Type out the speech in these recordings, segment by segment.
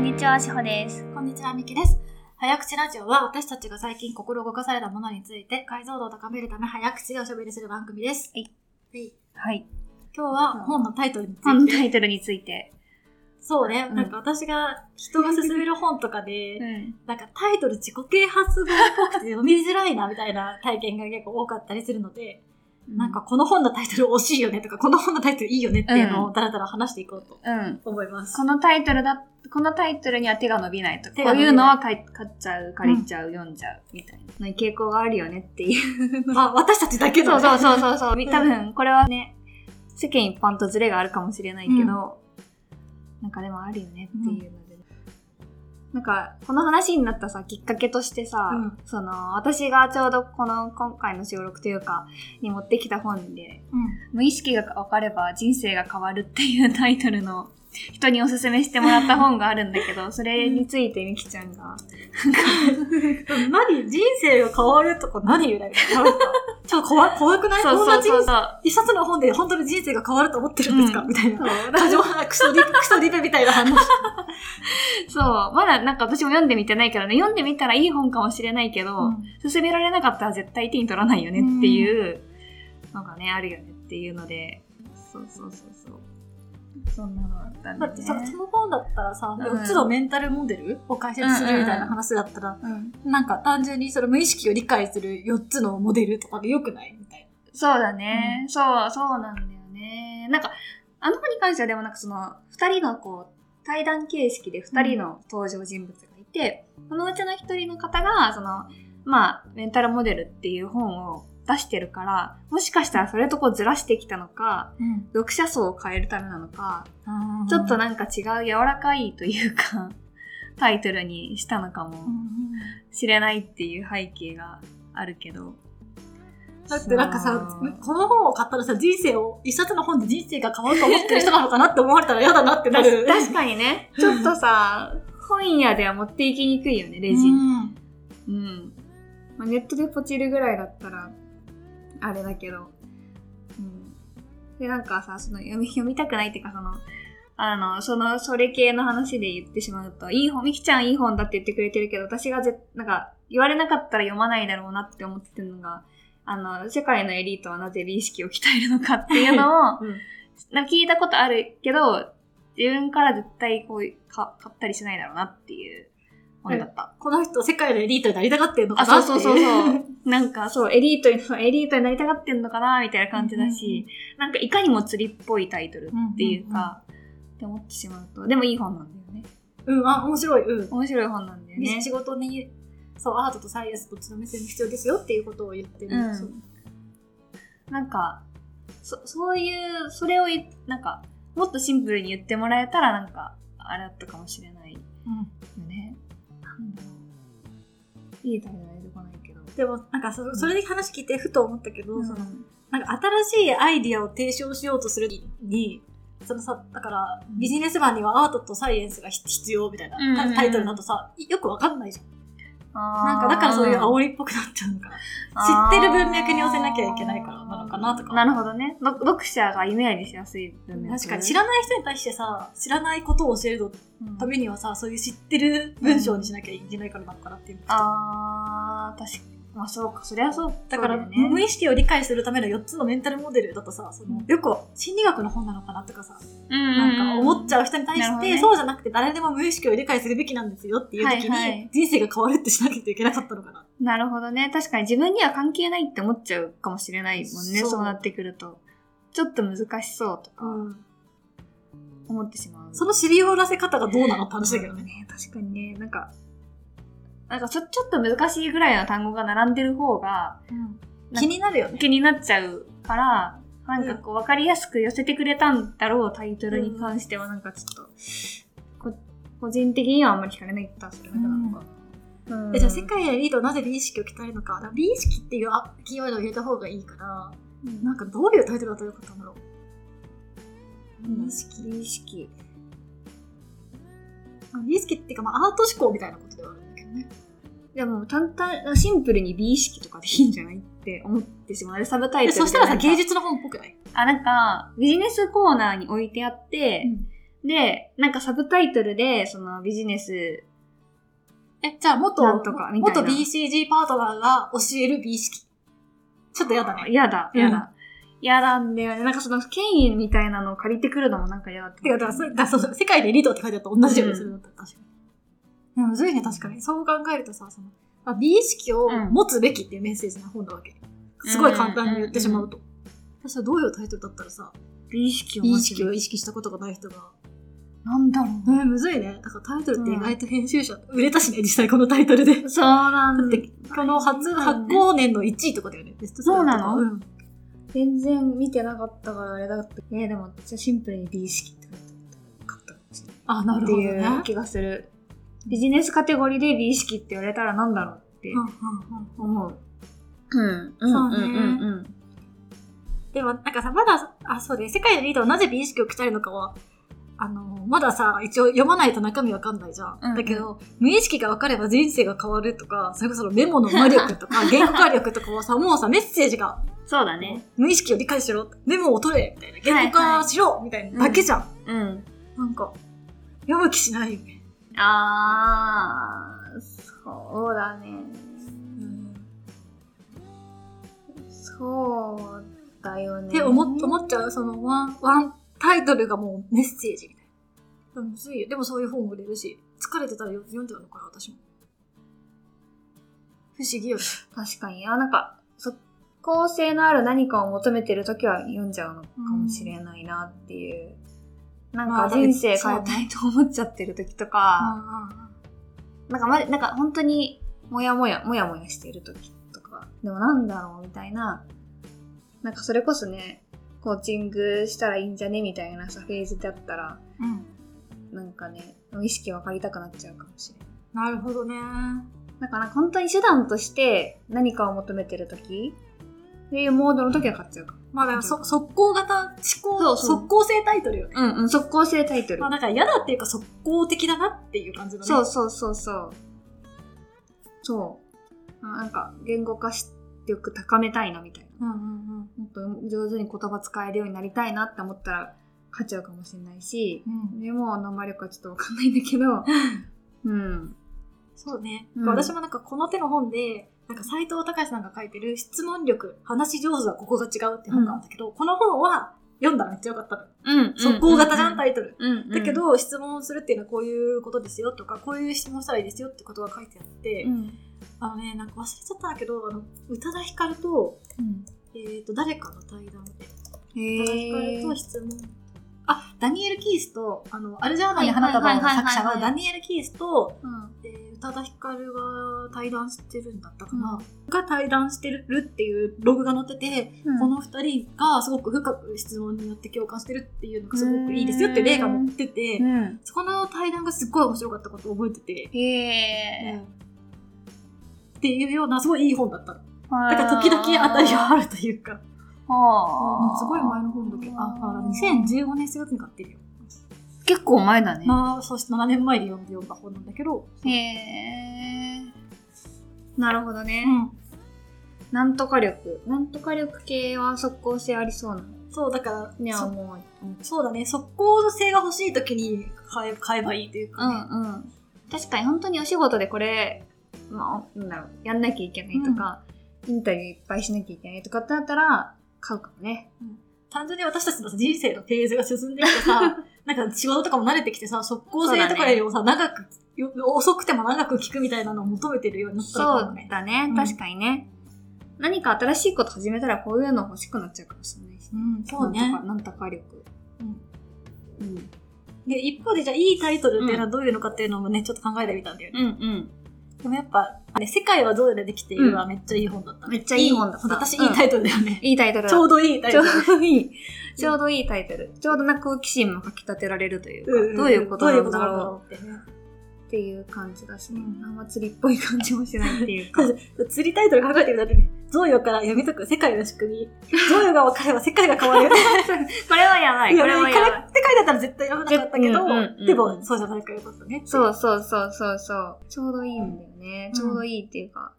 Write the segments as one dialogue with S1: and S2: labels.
S1: にちは、しほです。
S2: こんにちは、みきです。早口ラジオは私たちが最近心動かされたものについて解像度を高めるため早口でおしゃべりする番組です。
S1: はい
S2: はい。
S1: はい。
S2: 今日は本のタイトルにつ
S1: 本
S2: い
S1: の
S2: て。
S1: タイトルについて。
S2: そうね、
S1: うん
S2: なんか私が人が勧める本とかで、
S1: ん。
S2: なんかタイトル自己啓発本っぽくて読みづらいなみたいな体験が結構多かったりするので、なんか、この本のタイトル惜しいよねとか、この本のタイトルいいよねっていうのをだらだら話していこうと
S1: うん。
S2: 思います。
S1: このタイトルだ、このタイトルには手が伸びないとか、
S2: 手
S1: こ
S2: が
S1: う
S2: 伸び
S1: いう
S2: ない
S1: のは買い買っちゃう、借りちゃう、読んじゃう、みたいなの傾向があるよねっていう。
S2: まあ私たちだけ
S1: そ
S2: の
S1: うそうそうそうそう。 み多分これはね、世間一般とズレがあるかもしれないけど、なんかでもあるよねっていうので。なんか、この話になったさ、きっかけとしてさ、
S2: うん
S1: その、私がちょうどこの今回の収録というか、に持ってきた本で、
S2: うん
S1: 無意識が分かれば人生が変わるっていうタイトルの人におすすめしてもらった本があるんだけど、それについてみきちゃんが、
S2: 何人生が変わるとか何言うだけなんかちょっと怖怖くない
S1: そうそ
S2: 友
S1: う
S2: 達
S1: そう
S2: に
S1: そう。
S2: 一冊の本で本当に人生が変わると思ってるんですか、
S1: うん
S2: みたいな。
S1: そう
S2: 過剰なクソリプ、クソリプみたいな話。
S1: そう。まだなんか私も読んでみてないからね、読んでみたらいい本かもしれないけど、勧められなかったら絶対手に取らないよねっていうのがね、あるよねっていうので、そうそうそうそう。そんなのあったん
S2: だ
S1: だ
S2: って
S1: ね。
S2: さ、その本だったらさ、
S1: うん
S2: 4つのメンタルモデルを解説するみたいな話だったら、
S1: うん、
S2: なんか単純にその無意識を理解する4つのモデルとかでよくないみたい
S1: そうだね、そう、そうなんだよね。なんか、あの子に関してはでもなんかその、二人のこう、対談形式で二人の登場人物がいて、そのうちの一人の方が、その、まあ、メンタルモデルっていう本を出してるから、もしかしたらそれとこうずらしてきたのか、
S2: な。
S1: 読者層を変えるためなのか、
S2: うん
S1: ちょっと、なんか違う柔らかいというか、タイトルにしたのか
S2: うんう
S1: も
S2: ん
S1: しれないっていう背景があるけど。
S2: だってなんかさ
S1: そう、
S2: この本を買ったらさ、人生を、一冊の本で人生が変わると思ってる人なのかなって思われたら嫌だなってなる。
S1: 確かにね、ちょっとさ、本屋では持っていきにくいよね、レジ。うん。
S2: うん
S1: まあ、ネットでポチるぐらいだったら、あれだけど。うん。で、なんかさ、その読み読みたくないっていうか、その、あの、その、それ系の話で言ってしまうと、いい本、みきちゃんいい本だって言ってくれてるけど、私がぜ、なんか、言われなかったら読まないだろうなって思ってるのが、あの、世界のエリートはなぜ美意識を鍛えるのかっていうのを、
S2: うん
S1: なんか聞いたことあるけど、自分から絶対こうか買ったりしないだろうなっていう本だった。
S2: この人、世界のエリートになりたがってんのか
S1: あ、
S2: な
S1: そう
S2: ってい
S1: そうそうそう。 なんかそう、エリートに、そうエリートになりたがってんのかなみたいな感じだし、なんかいかにも釣りっぽいタイトルっていうか、って思ってしまうと、でもいい本なんだよね。
S2: うん、あ、面白い。うん。
S1: 面白い本なんだよね
S2: ね、。仕事に、そう、アートとサイエンスどっちの目線も必要ですよっていうことを言ってる。
S1: うん
S2: そう
S1: なんか、そ、そういう、それを言っ、なんか、もっとシンプルに言ってもらえたら、なんか、あれだったかもしれない。よね。なんだろう。いいタイトルは出てこないけど。
S2: でも、なんかそ、それで話聞いてふと思ったけど、
S1: うん
S2: その、なんか新しいアイディアを提唱しようとするに、そのさ、だから、
S1: うん
S2: ビジネスマンにはアートとサイエンスがひ必要みたいな
S1: うんうんうん
S2: タイトルだとさ、よくわかんないじゃん。
S1: な
S2: なんか、だからそういう煽りっぽくなっちゃうのかな。知ってる文脈に寄せなきゃいけないからなのかなとか
S1: なるほどね。読読者がイメージしやすい文脈。
S2: 確かに知らない人に対してさ、知らないことを教える
S1: うん
S2: ためにはさ、そういう知ってる文章にしなきゃいけないからなのかなっていう。
S1: あー、確かに。まあそうか、そりゃそう。
S2: だから、
S1: そうよ
S2: 無
S1: ね。
S2: 意識を理解するための4つのメンタルモデルだとさ、その
S1: うん
S2: よく心理学の本なのかなとかさ、
S1: な
S2: なんか思っちゃう人に対
S1: なる
S2: し
S1: ほど
S2: て、
S1: ね
S2: そうじゃなくて誰でも無意識を理解するべきなんですよっていう時に、
S1: はいはい
S2: 人生が変わるってしなきゃいけなかったのかな。
S1: なるほどね。確かに自分には関係ないって思っちゃうかもしれないもんね。
S2: そ
S1: そううなってくると。ちょっと難しそうとか思ってしまう。
S2: その知りよらせ方がどうなのって話だけどね。
S1: ね。確かにね、なんか、なんかちょちょっと難しいぐらいの単語が並んでる方がうん
S2: 気になるよね。
S1: 気になっちゃうから、なんかこう分かりやすく寄せてくれたんだろうタイトルに関してはなんかちょっと、こ個人的にはあんまり惹かれない気がするななんか。うん
S2: えじゃあ、世界へリードをなぜ美意識を鍛えるのか。だから美意識っていうあキーワードを入れた方がいいから、
S1: うん
S2: なんかどういうタイトルだったらよかったんだろう。
S1: 美
S2: 美
S1: 意
S2: 意
S1: 識
S2: 識
S1: 美意識
S2: まあ美意識っていうか、まあ、アート思考みたいなことではあるんだけどね。
S1: でも淡々シンプルに美意識とかでいいんじゃないって思ってしまうサブタイトル
S2: そしたらさ、
S1: でなんか
S2: 芸術の本っぽくない
S1: あなんかビジネスコーナーに置いてあって、で、なんかサブタイトルで、そのビジネス、
S2: え、じゃあ元、
S1: なんとかみたいな
S2: 元 BCG パートナーが教える美意識。ちょっとやだね。
S1: やだ、やだ。やなんだよね。なんかその権威みたいなのを借りてくるのもなんか嫌だって
S2: てか、だからそれだからそう世界でリードって書いてあったら同じようにするのって確かに。でもむずいね、確かに。そう考えるとさ、その、まあ、美意識を
S1: うん
S2: 持つべきっていうメッセージの本なわけ。すごい簡単に言ってしまうと。私はどういうタイトルだったらさ、
S1: 美意識を
S2: 美
S1: 持
S2: 意
S1: ち
S2: 識を意識したことがない人が、
S1: なんだろ
S2: えー、むずいね。だからタイトルって意外と編集者、売れたしね、実際このタイトルで。
S1: う。そうなんだ
S2: だ。ってこの発,、
S1: うん
S2: 発行年の1位とかだよね。ベストセラーとか
S1: そうなの
S2: うん。
S1: 全然見てなかったからあれだった。えー、でも、じゃあシンプルに美意識って書いてあったらよかった
S2: あ、なる
S1: っ
S2: ほ
S1: て
S2: どね。
S1: いう気がする。ビジネスカテゴリーで美意識って言われたらなんだろうって
S2: うんうんうん
S1: 思う。うん、うん、
S2: そうね
S1: うん、うん。
S2: でも、なんかさ、まだ、あ、そうで、世界のリーダーはなぜ美意識を鍛えるのかは、あの、まださ、一応読まないと中身わかんないじゃん。
S1: うんうん
S2: だけど、無意識がわかれば人生が変わるとか、それこそメモの魔力 とか、言語化力とかはさ、もうさ、メッセージが、
S1: そうだ。
S2: 無意識を理解しろ、メモを取れ、みたいな、言語化しろ、みたいなだけじゃん。
S1: うん。
S2: なんか、読む気しないよね。
S1: あー、そうだね。そうだよね。
S2: って思っ思っちゃう、そのワン、ワンタイトルがもうメッセージみたいな。でもむずいよ。でもそういう本も売れるし、疲れてたら読んでたのかな、私も。不思議よね。
S1: 確かに。あ、なんか、即効性のある何かを求めてるときは読んじゃうのかもしれないなっていう。
S2: ま
S1: な
S2: あ
S1: んか人生変えたいと思っちゃってるときとか、なんかまじ、なんか本当にもやもや、もやもやしてるときとか、でもなんだろうみたいな、なんかそれこそね、コーチングしたらいいんじゃねみたいなさ、フェーズだったら、
S2: うん。
S1: なんかね、意識分かりたくなっちゃうかもしれない。
S2: なるほどね。
S1: だから本当に手段として何かを求めてるときっていうモードのときは買っちゃうかも。
S2: まあだからそ、速攻型思考、
S1: そうそう
S2: 速攻性タイトルよね。
S1: うんうん、即効性タイトル
S2: まあ。だから嫌だっていうか速攻的だなっていう感じだね。
S1: そうそうそうそう。そう。あなんか、言語化しよく高めたいなみたいな。
S2: うんうん
S1: もっと上手に言葉使えるようになりたいなって思ったら勝っちゃうかもしれないし
S2: う、ん。
S1: でも、の魔力はちょっとわかんないんだけど、うん。
S2: そうね。
S1: うん
S2: 私もなんかこの手の本で、なんか斎藤隆さんが書いてる質問力、話し上手はここが違うって本があったけど、この本は読んだらめっちゃよかったの。
S1: うん
S2: 速攻型じゃん、タイトル。
S1: うん、
S2: だけ、ど、質問するっていうのはこういうことですよとか、こういう質問したらいいですよってことが書いてあって、
S1: うん。
S2: あのね、なんか忘れちゃったんだけど、あの、宇多田ヒカルと、
S1: うん。
S2: えっ、と、誰かの対談で、宇多田ヒカル
S1: へ
S2: と質問。あ、ダニエル・キースと、あの、アルジャーナに花束の作者
S1: はいはいはいはいは
S2: はいダニエル・キースと、
S1: うん。
S2: えー宇多田ヒカルが対談してるんだったかな、
S1: う
S2: が対談してるっていうログが載ってて、この二人がすごく深く質問によって共感してるっていうのがすごくいいですよっていう例が載ってて、
S1: うん。
S2: そこの対談がすっごい面白かったことを覚えてて、
S1: へえ。
S2: っていうようなすごいいい本だったのだ
S1: だ
S2: から時々当たりがあるというか
S1: は
S2: うんすごい前の本だけどああ2015年7月に買ってるよ
S1: 結構前だね。
S2: まあそうして7年前に読んで読んだ本なんだけど、
S1: へえ。なるほどね。
S2: う
S1: なんとか力。なんとか力系は即効性ありそうな。
S2: ん、そうだから
S1: には
S2: そ
S1: 思う。うん
S2: そうだね速攻性が欲しい時に買え買えばいいという
S1: う
S2: か、ね
S1: んうん。確かに本当にお仕事でこれ、まあ、なんだろう、やんなきゃいけないとか、インタビューいっぱいしなきゃいけないとかってなったら、買うかもね。
S2: 単純に私たちのさ人生のフェーズが進んでき てさなんか仕事とかも慣れてきてさ速攻性とかよりもさ、長くよ遅くても長く聞くみたいなのを求めてるようになったのかもね
S1: だね
S2: うん
S1: 確かにね。何か新しいこと始めたらこういうの欲しくなっちゃうかもしれないし
S2: う
S1: ね。
S2: んそうね
S1: なんとか、なんとか力。
S2: うん
S1: うん。
S2: で、一方で、じゃあ、いいタイトルっていうのはどういうのかっていうのもね、ちょっと考えてみたんだよね。
S1: うんうん。
S2: でもやっぱ、あれ、世界はどうでできているはめっちゃいい本だった、
S1: めっちゃいい本だった
S2: 私、いいタイトルだよね。
S1: いいタイトルだ
S2: ちょうどいいタイ
S1: ち
S2: ト
S1: ょ
S2: ル。
S1: うどいい。ちょうどいいタイトル。ちょうどな好奇心もかき立てられるというか、
S2: ん
S1: どういうことなんだろ
S2: どういうことなんだろ
S1: うっていう感じだし、ね
S2: うん
S1: あんま釣りっぽい感じもしないっていう か。
S2: うってね。釣りタイトル考えてみたんだよね。贈与から読み解く世界の仕組 み。贈与が分かれば世界が変わる。
S1: これはやばい、これはやば
S2: こ
S1: い
S2: れっ。て書いてあったら絶対読めなかったけど、
S1: うんうんうん
S2: でも、そうじゃないからよかったね。。
S1: そううそうそうそうそう。ちょうどいいんだよね。
S2: うん
S1: ちょうどいいっていうか。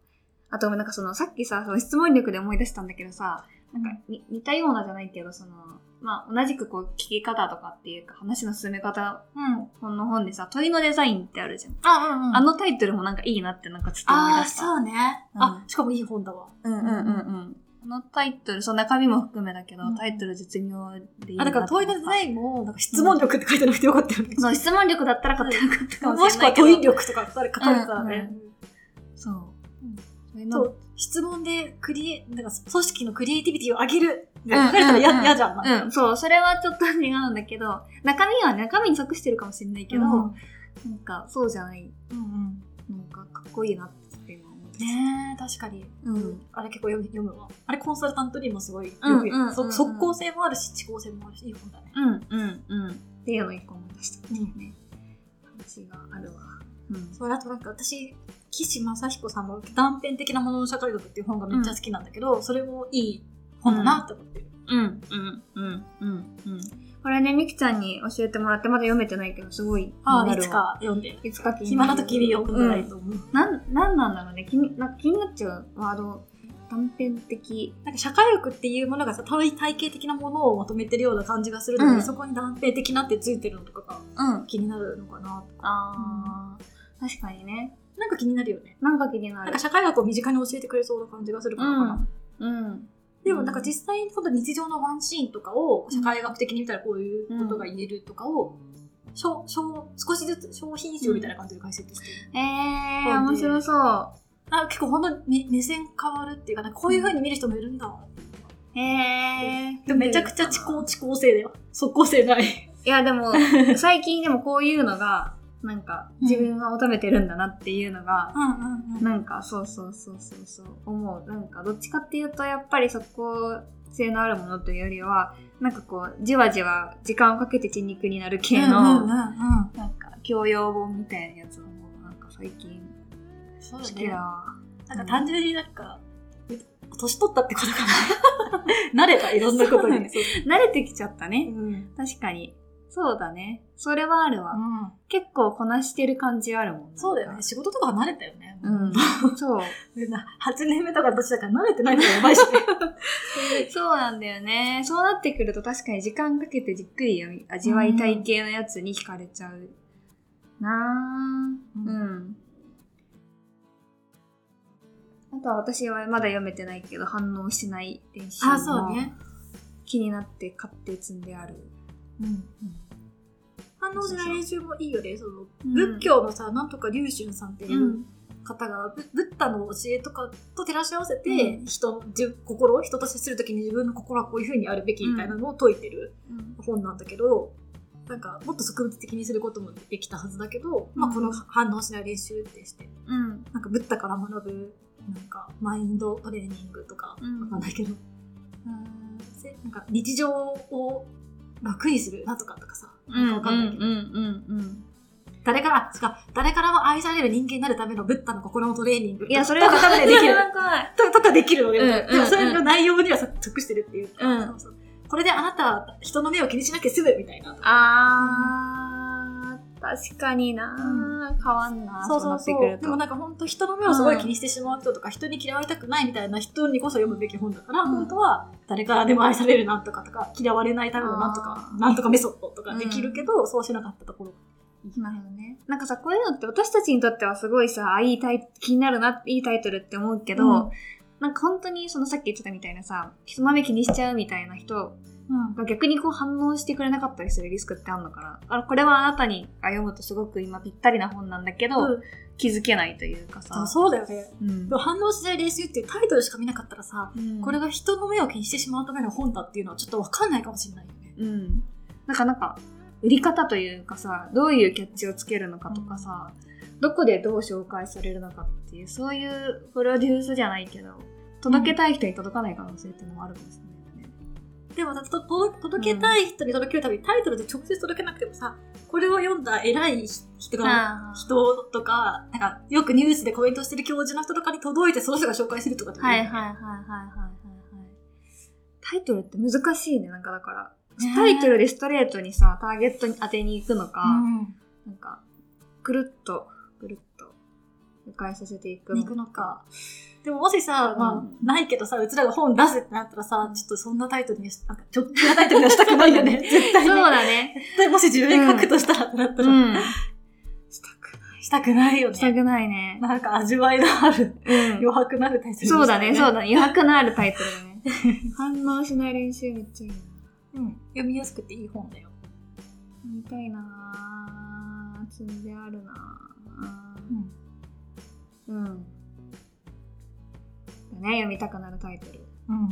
S1: あと、なんかその、さっきさ、その質問力で思い出したんだけどさ、なんかに似たようなじゃないけど、その、まあ、同じくこう、聞き方とかっていうか、話の進め方、
S2: うん。
S1: 本の本でさ、鳥のデザインってあるじゃん。
S2: あ、うんうん。
S1: あ、のタイトルもなんかいいなってなんかちょっと思
S2: あ
S1: い
S2: ー
S1: 出した。
S2: そうね。
S1: うん
S2: あ、しかもいい本だわ。
S1: うんうんうんうん。このタイトル、そう、中身も含めだけど、
S2: うん
S1: タイトル絶妙でいい
S2: あ、だから問いのデザ
S1: ン
S2: インも、なんか質問力って書いてなくてよかったよね。
S1: そう、質問力だったら勝てなかったかも
S2: も
S1: しれ
S2: しく
S1: な
S2: はい
S1: けど。
S2: 問い力とか書かれてた
S1: う
S2: ね
S1: ん。そう。それ
S2: そ
S1: の
S2: う質問でクリエ、なんか組織のクリエイティビティを上げる。書かれたらや
S1: うんうん
S2: 嫌じゃん。なんか
S1: うん、そう、それはちょっと違うんだけど、中身は中身に即してるかもしれないけど、
S2: うん
S1: なんかそうじゃない、
S2: うん
S1: なんかかっこいいなって今思って。
S2: ねえ、確かに。
S1: うん。
S2: あれ結構読む読むわ。あれコンサルタントにもすごいよく
S1: うんうんうんうん
S2: そ即効性もあるし、遅効性もあるし、いい本だね。
S1: うん、うん、うん。っていうのを一個思い出したっていうね。話があるわ。うん。
S2: そうあとなんか私岸正彦さんの「断片的なものの社会学」っていう本がめっちゃ好きなんだけど、それもいい本だなって思ってる、
S1: うん、うん、うん、うん、うん。これね、みきちゃんに教えてもらって、まだ読めてないけど、すごい気に
S2: あ
S1: なるわ。
S2: あいつ。か読んで
S1: いつか気に
S2: 暇
S1: なる
S2: な時に読んだらいいと思う、
S1: うんなん、なんなんだろうね。気になんか気になっちゃうワード。断片的。
S2: なんか社会学っていうものがさ体体系的なものをまとめてるような感じがするので、
S1: うん
S2: そこに断片的なってついてるのとかが
S1: うん。
S2: 気になるのかなとか
S1: あー、確かにね。
S2: なんか気になるよね
S1: なんか気にな
S2: なん
S1: る
S2: か。社会学を身近に教えてくれそうな感じがするからかな、
S1: うん。
S2: でもなんか実際に本当日常のワンシーンとかを社会学的に見たらこういうことが言えるとかを、しょしょ少しずつ商品集みたいな感じで解説してる、
S1: えー、面白そう。
S2: あ結構ほんと目目線変わるっていうかなんかこういうふうに見る人もいるんだ
S1: へえー。
S2: でもめちゃくちゃ遅効。遅効性だよ速効性ない
S1: いや、でも、最近でもこういうのが、なんか、自分が求めてるんだなっていうのが、
S2: うんうんうん
S1: なんか、そうそうそうそうそう、思う。なんか、どっちかっていうと、やっぱり速攻性のあるものというよりは、なんかこう、じわじわ時間をかけて血肉になる系
S2: うんうん
S1: の、
S2: うん
S1: なんか、教養本みたいなやつの方が、なんか最近
S2: そう
S1: 好
S2: だ
S1: き
S2: ね
S1: だ。
S2: なんか単純になんか年取ったってことかな 慣れたいろんなことにそう
S1: 慣れてきちゃったね。
S2: うん
S1: 確かに。そうだね。それはあるわ。
S2: うん
S1: 結構こなしてる感じあるもん
S2: そうだよね。仕事とかは慣れたよね、
S1: うん。 そう。
S2: 8年目とか私だから慣れてないからやばいしね。
S1: そうなんだよね。そうなってくると確かに時間かけてじっくり読み味わいたい系のやつに惹かれちゃうなぁ。
S2: う
S1: うん。あとは私はまだ読めてないけど反応しない練習
S2: あ、そう
S1: も
S2: ね。
S1: 気になって買って積んである。
S2: うん。反応しない練習もいいよね。その
S1: うん。
S2: 仏教のさ、なんとか龍春さんっていううん方が、ブブッダの教えとかと照らし合わせて、
S1: う
S2: 人の自心、人と接するときに自分の心はこういうふうにあるべきみたいなのを説いてる
S1: うん。
S2: 本なんだけど、なんかもっと植物的にすることもできたはずだけど、まあ、
S1: うん
S2: この反応しない練習ってして、
S1: うん。
S2: なんかブッダから学ぶ、なんかマインドトレーニングとか、わかんないけど、うんせなんか日常を楽にするなんとかとかさ、
S1: うん。
S2: なんかわかんないけど、
S1: うんうんうん。
S2: 誰から、あつか、誰からも愛される人間になるためのブッダの心のトレーニングと
S1: い
S2: か。
S1: や、それは
S2: とか
S1: 多分
S2: で
S1: で
S2: き
S1: き
S2: る
S1: る。。
S2: ととかできるのよ。
S1: うん
S2: だから
S1: うんうん
S2: それの内容にはさ、得してるっていうか、
S1: うん
S2: そうそうこれであなたは人の目を気にしなきゃ済むみたいな。
S1: あー、確かになー、変わんな
S2: そうそう
S1: なってく
S2: そう。
S1: ると
S2: でもなんか本当人の目をすごい気にしてしまう人とか、人に嫌われたくないみたいな人にこそ読むべき本だから、
S1: うん
S2: 本当は誰からでも愛されるなんとかとか、嫌われないためのなんとか
S1: あ、ー
S2: なんとかメソッドとかできるけど、そうしなかったところが。
S1: なるほどね。なんかさ、こういうのって私たちにとってはすごいさ、あいいタイ気になるな、いいタイトルって思うけど、
S2: うん
S1: なんか本当にそのさっき言ってたみたいなさ、人の目気にしちゃうみたいな人
S2: うん
S1: が逆にこう反応してくれなかったりするリスクってあるのかな。あのこれはあなたにが読むとすごく今ぴったりな本なんだけど、
S2: うん
S1: 気づけないというかさ。
S2: そうだよね。
S1: うん
S2: でも反応しない練習っていうタイトルしか見なかったらさ、
S1: うん
S2: これが人の目を気にしてしまうための本だっていうのはちょっとわかんないかもしれないよね。
S1: うん、なんかなんか売り方というかさどういうキャッチをつけるのかとかさ、どこでどう紹介されるのかっていうそういうプロデュースじゃないけど届けたい人に届かない可能性っていうのもあるかもしれないよね。
S2: でもだと届届けたい人に届けるためにタイトルで直接届けなくてもさ、これを読んだ偉い人が
S1: あー
S2: 人とか、なんかよくニュースでコメントしてる教授の人とかに届いてその人が紹介するとかって
S1: はいはいはいはいはいはいはい。タイトルって難しいねなんかだから。
S2: ね
S1: タイトルでストレートにさターゲットに当てに行くのか、
S2: う
S1: なんかくるっとくるっと迂回させていく
S2: ん、
S1: の
S2: 行くのか。でももしさ、
S1: うん
S2: まあ、ないけどさ、うちらが本出せってなったらさ、ちょっとそんなタイトルにし、なんか、直球なタイトルにはしたく ないよね。絶対
S1: そう
S2: ね。
S1: だ ね。
S2: 絶対もし自分で書くとしたらってなった
S1: う
S2: ら、
S1: ん。
S2: したくない。したくないよ
S1: した
S2: ね。
S1: くないね。
S2: なんか味わいのある、
S1: うん。
S2: 余白のあるタイトルにした
S1: そうだね、そう
S2: だ。
S1: だね。余白のあるタイトルだ ね。反応しない練習めっちゃいいな。
S2: うん。読みやすくていい本だよ。
S1: 見たいなぁ。積んであるなぁ。
S2: ん。
S1: うん。だね、読みたくなるタイトル。
S2: うん。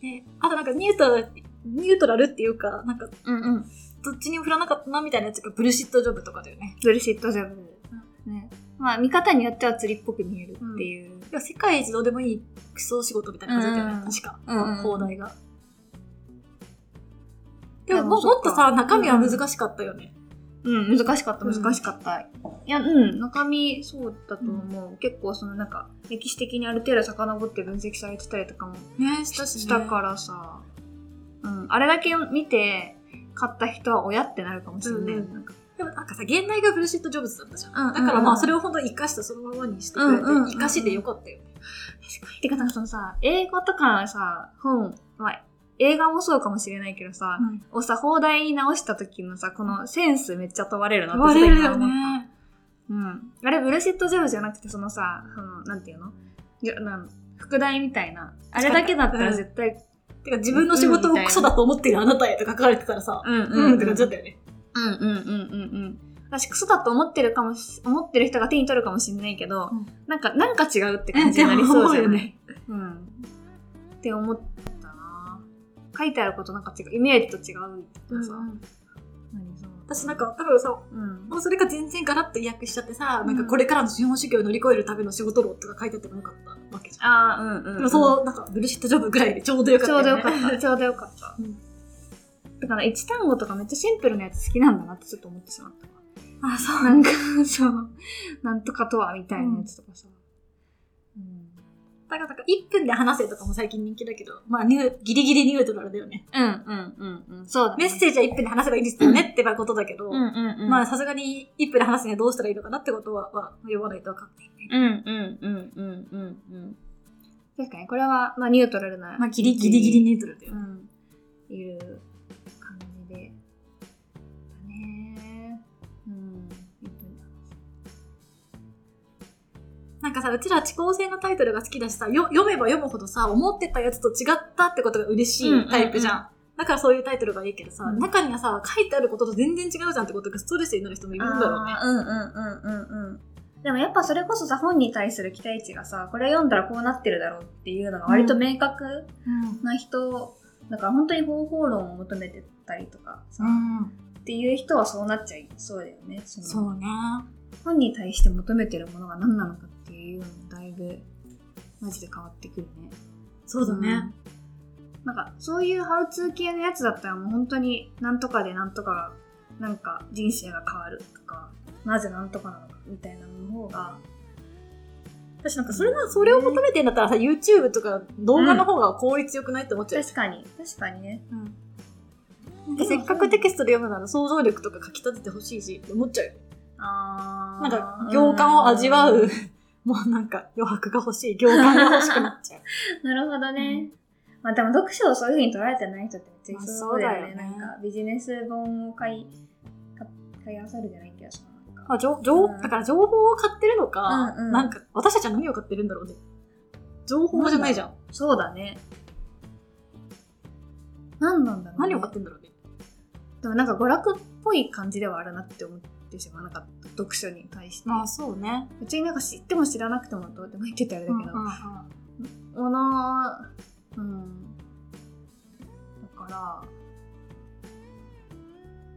S2: で、あとなんかニュートラル、ニュートラルっていうか、なんか、
S1: うんうん。
S2: どっちにも振らなかったなみたいなやつが、ブルシットジョブとかだよね。
S1: ブルシットジャブ。ね。まあ、見方によっては釣りっぽく見えるっていう。
S2: いや世界一どうでもいいクソ仕事みたいな感じだったよね、
S1: うん
S2: 確か。
S1: うんうん
S2: 放題が。
S1: で
S2: で
S1: も
S2: もも、
S1: そっか
S2: もっとさ、中身は難しかったよね。
S1: うん、難しかった、
S2: うん
S1: 難しかった。いや、うん、中身そうだと思う。結構、そのなんか、歴史的にある程度遡って分析されてたりとかも
S2: ね、し
S1: しした
S2: ら。
S1: からさ、うん、あれだけ見て、買った人は親ってなるかもしれない。
S2: うん
S1: なんか
S2: でもなんかさ、現代がブルシットジョブズだったじゃん。
S1: うんうんうん
S2: だからまあ、それを本当に生かしたそのままにしてくれて、
S1: うんうんうんうん
S2: 生かしでよかったよね。
S1: てか、なんかそのさ、英語とかさ、本、まあ、映画もそうかもしれないけどさ、をさ、放題に直した時のさ、このセンスめっちゃ問われるな
S2: 言わ
S1: すご
S2: れ
S1: い
S2: る
S1: 今
S2: よ
S1: 思った
S2: ね。
S1: うん。あれ、ブルシットジョブじゃなくて、そのさ、その、なんていうのいやなん副題みたいな。あれだけだったら絶対、
S2: てか、自分の仕事をクソだと思っているあなたへと書かれてたらさ、
S1: うん
S2: うん、って
S1: う
S2: 感
S1: ん
S2: じだったよね。
S1: うんうんうん。私、クソだと思ってるかもし、思ってる人が手に取るかもしれないけど、
S2: うん
S1: なんか、なんか違うって感じになりそうじゃない、
S2: ね。
S1: うん。って思ったな書いてあることなんか違う、イメージと違うとかさ。何その
S2: 私なんか、多分さ、
S1: うん。
S2: もうそれが全然ガラッと意訳しちゃってさ、
S1: うん
S2: なんかこれからの資本主義を乗り越えるための仕事論とか書いてあってもよかったわけじゃん。
S1: ああ、うんうん、うん。
S2: でもそう、なんかブルシットジョブぐらいでちょうどよかっ
S1: ち
S2: た
S1: ょう
S2: よ、ね。
S1: どよかった。ちょうどよかった。
S2: うん
S1: だから、一単語とかめっちゃシンプルなやつ好きなんだなってちょっと思ってしまったわ。
S2: た。あ、そう。
S1: なんか、そう、なんとかとはみたいなやつとかさ。うん。
S2: だからなんか1分で話せとかも最近人気だけど、まあニューギリギリニュートラルだよね。
S1: うんうんうんうん。そうだ、ね。
S2: メッセージは1分で話せばいいんですよねってばことだけど、
S1: うんうんうん。
S2: まあさすがに1分で話すにはどうしたらいいのかなってことは、まあ、読まないとわかんない。
S1: うんうんうんうんうんうん。確かに、これは、まあ、ニュートラルな。
S2: まあギリギリギリ。ニュートラルだよ
S1: う
S2: ね。
S1: ん。いる感じで。だねうん。
S2: なんかさ、うちらは遅効性のタイトルが好きだしさ、よ読めば読むほどさ、思ってたやつと違ったってことが嬉しいタイプじゃん。
S1: うん
S2: だからそういうタイトルがいいけどさ、
S1: うん
S2: 中にはさ、書いてあることと全然違うじゃんってことがストレスになる人もいるんだろうね。
S1: あーうんうんうんうんうん。でもやっぱそれこそさ、本に対する期待値がさ、これ読んだらこうなってるだろうっていうのが割と明確な人、だから本当に方法論を求めてたりとかさ、
S2: うん。
S1: っていう人はそうなっちゃいそうだよね。その
S2: そうね。
S1: 本に対して求めてるものが何なのかっていうのもだいぶマジで変わってくるね。
S2: そうだね。
S1: うんなんかそういうハウツー系のやつだったらもう本当になんとかでなんとかがなんか人生が変わるとかなぜなんとかなのかみたいなのの方が
S2: 私なんかそれな、それを求めてんだったらさ、YouTube とか動画の方が効率よくないって思っちゃう。
S1: 確かに確かにね
S2: でせっかくテキストで読むなら想像力とか書き立ててほしいしって思っちゃうよ。
S1: あ
S2: なんか行間を味わう、 もうなんか余白が欲しい。行間が欲しくなっちゃう。
S1: なるほどね、まあでも読書をそういうふうに捉えてない人ってめっちゃいそうだよね,、
S2: まあそうだよね
S1: なんかビジネス本を買いか買いあさるじゃないけどさなんか
S2: まあ、情情
S1: うん
S2: だから情報を買ってるのか、
S1: うんうん
S2: なんか私たちは何を買ってるんだろうね。情報じゃないじゃん。
S1: そうだね何なんだろう、ね、
S2: 何を買ってんだろうね。
S1: でもなんか娯楽っぽい感じではあるなって思ってしまうなんか読書に対して、
S2: まあそうね。
S1: 別になんか知っても知らなくてもどうでもいいって言ったらあれだけど、
S2: う
S1: ものうんだから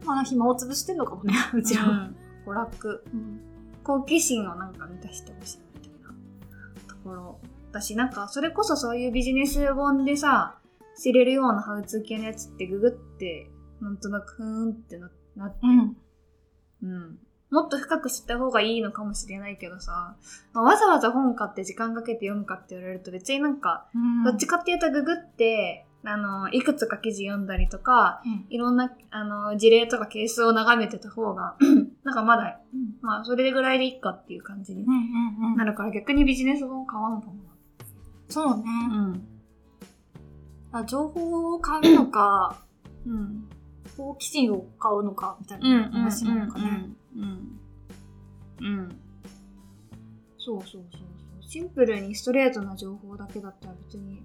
S2: んまあ暇を潰してんのかもね、うち
S1: じゃ
S2: らは。
S1: あ、娯楽
S2: うん
S1: 好奇心をなんか満たしてほしいみたいなところだしなんかそれこそそういうビジネス本でさ知れるようなハウツー系のやつってググってなんとなくふーんってななって、
S2: うん
S1: うんもっと深く知った方がいいのかもしれないけどさ、まあわざわざ本買って時間かけて読むかって言われると別になんか、どっちかっていうとググってあの、いくつか記事読んだりとか、
S2: うん
S1: いろんな、あの、事例とかケースを眺めてた方が、 なんかまだ、
S2: うん
S1: まあ、それぐらいでいいかっていう感じに
S2: うんうんう
S1: なんるから、逆にビジネス本買わんかも
S2: そうね。
S1: な。
S2: あ情報を買うのか、
S1: うん。うん。
S2: 好奇心を買うのか、みたい
S1: うん
S2: な話なのかね。
S1: うんうんうんそうそうそうそうシンプルにストレートな情報だけだったら別にね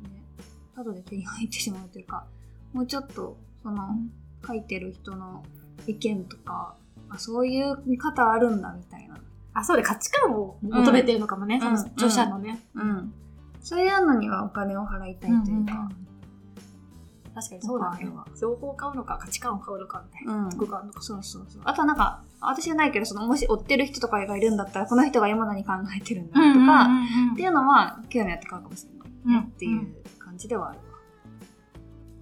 S1: ただで手に入ってしまうというかもうちょっとその、
S2: ん
S1: 書いてる人の意見とかあそういう見方あるんだみたいな
S2: あ、そうで価値観を求めてるのかもね、
S1: うん
S2: その著者のね。
S1: うんそういうのにはお金を払いたいというか
S2: 確かにそうだね
S1: とかある。
S2: 情報を買うのか、価値観を買うのか、みたいな。
S1: うん
S2: とこがあるのか。
S1: そうそうそうあとはなんか私じゃないけどそのもし追ってる人とかがいるんだったらこの人が今何考えてるんだろうとか、っていうのは興味あって買うかもしれない
S2: うん
S1: っていう感じではあるわ。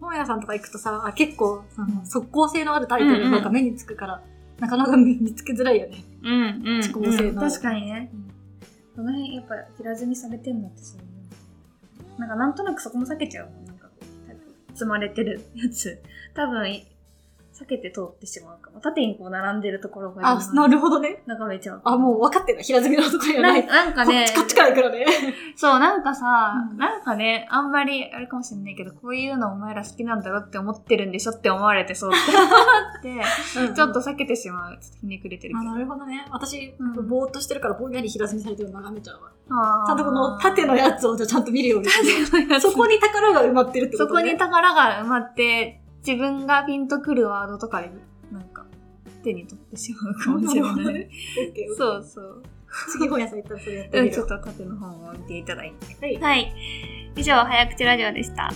S2: 本屋さんとか行くとさ、あ結構、そ
S1: うん
S2: の、即効性のあるタイトルなんか目につくから、なかなか見見つけづらいよね。
S1: うんうん思考性
S2: うん
S1: の確かにね
S2: うん。
S1: この辺やっぱ平積みされてんだってそういう。なんかなんとなくそこも避けちゃうもん。なんかこう多分積まれてるやつ。多分い避けて通ってしまうかも。縦にこう並んでるところが
S2: あ、なるほどね。
S1: 眺めちゃう。
S2: あ、もう分かってんだ。平積みのところやな。
S1: ないなんかね
S2: こっちこっちから行くのね。
S1: そうなんかさ、
S2: うん
S1: なんかねあんまりあれかもしれないけどこういうのお前ら好きなんだろって思ってるんでしょって思われて そうって思ってちょっと避けてしまう。ちょっとひねくれてる
S2: あ
S1: けど。
S2: なるほどね。私、
S1: うん
S2: ぼーっとしてるからぼんやり平積みされてるの眺めちゃうわ。
S1: あー
S2: ちゃんとこの縦のやつをじゃあちゃんと見るようにして
S1: 縦のやつ
S2: そこに宝が埋まってるってこ
S1: そ
S2: と
S1: こ
S2: ね
S1: に。宝が埋まって、自分がピンとくるワードとかで、なんか、手に取ってしまうかもしれ
S2: なるほど
S1: な
S2: ね
S1: い。
S2: オッケー
S1: そうそう。
S2: 次本屋さん行ったらそれやって
S1: う
S2: み
S1: ん
S2: る
S1: ちょ
S2: よ
S1: っと縦の本を見ていただいて。
S2: はい
S1: はい。以上、早口ラジオでした。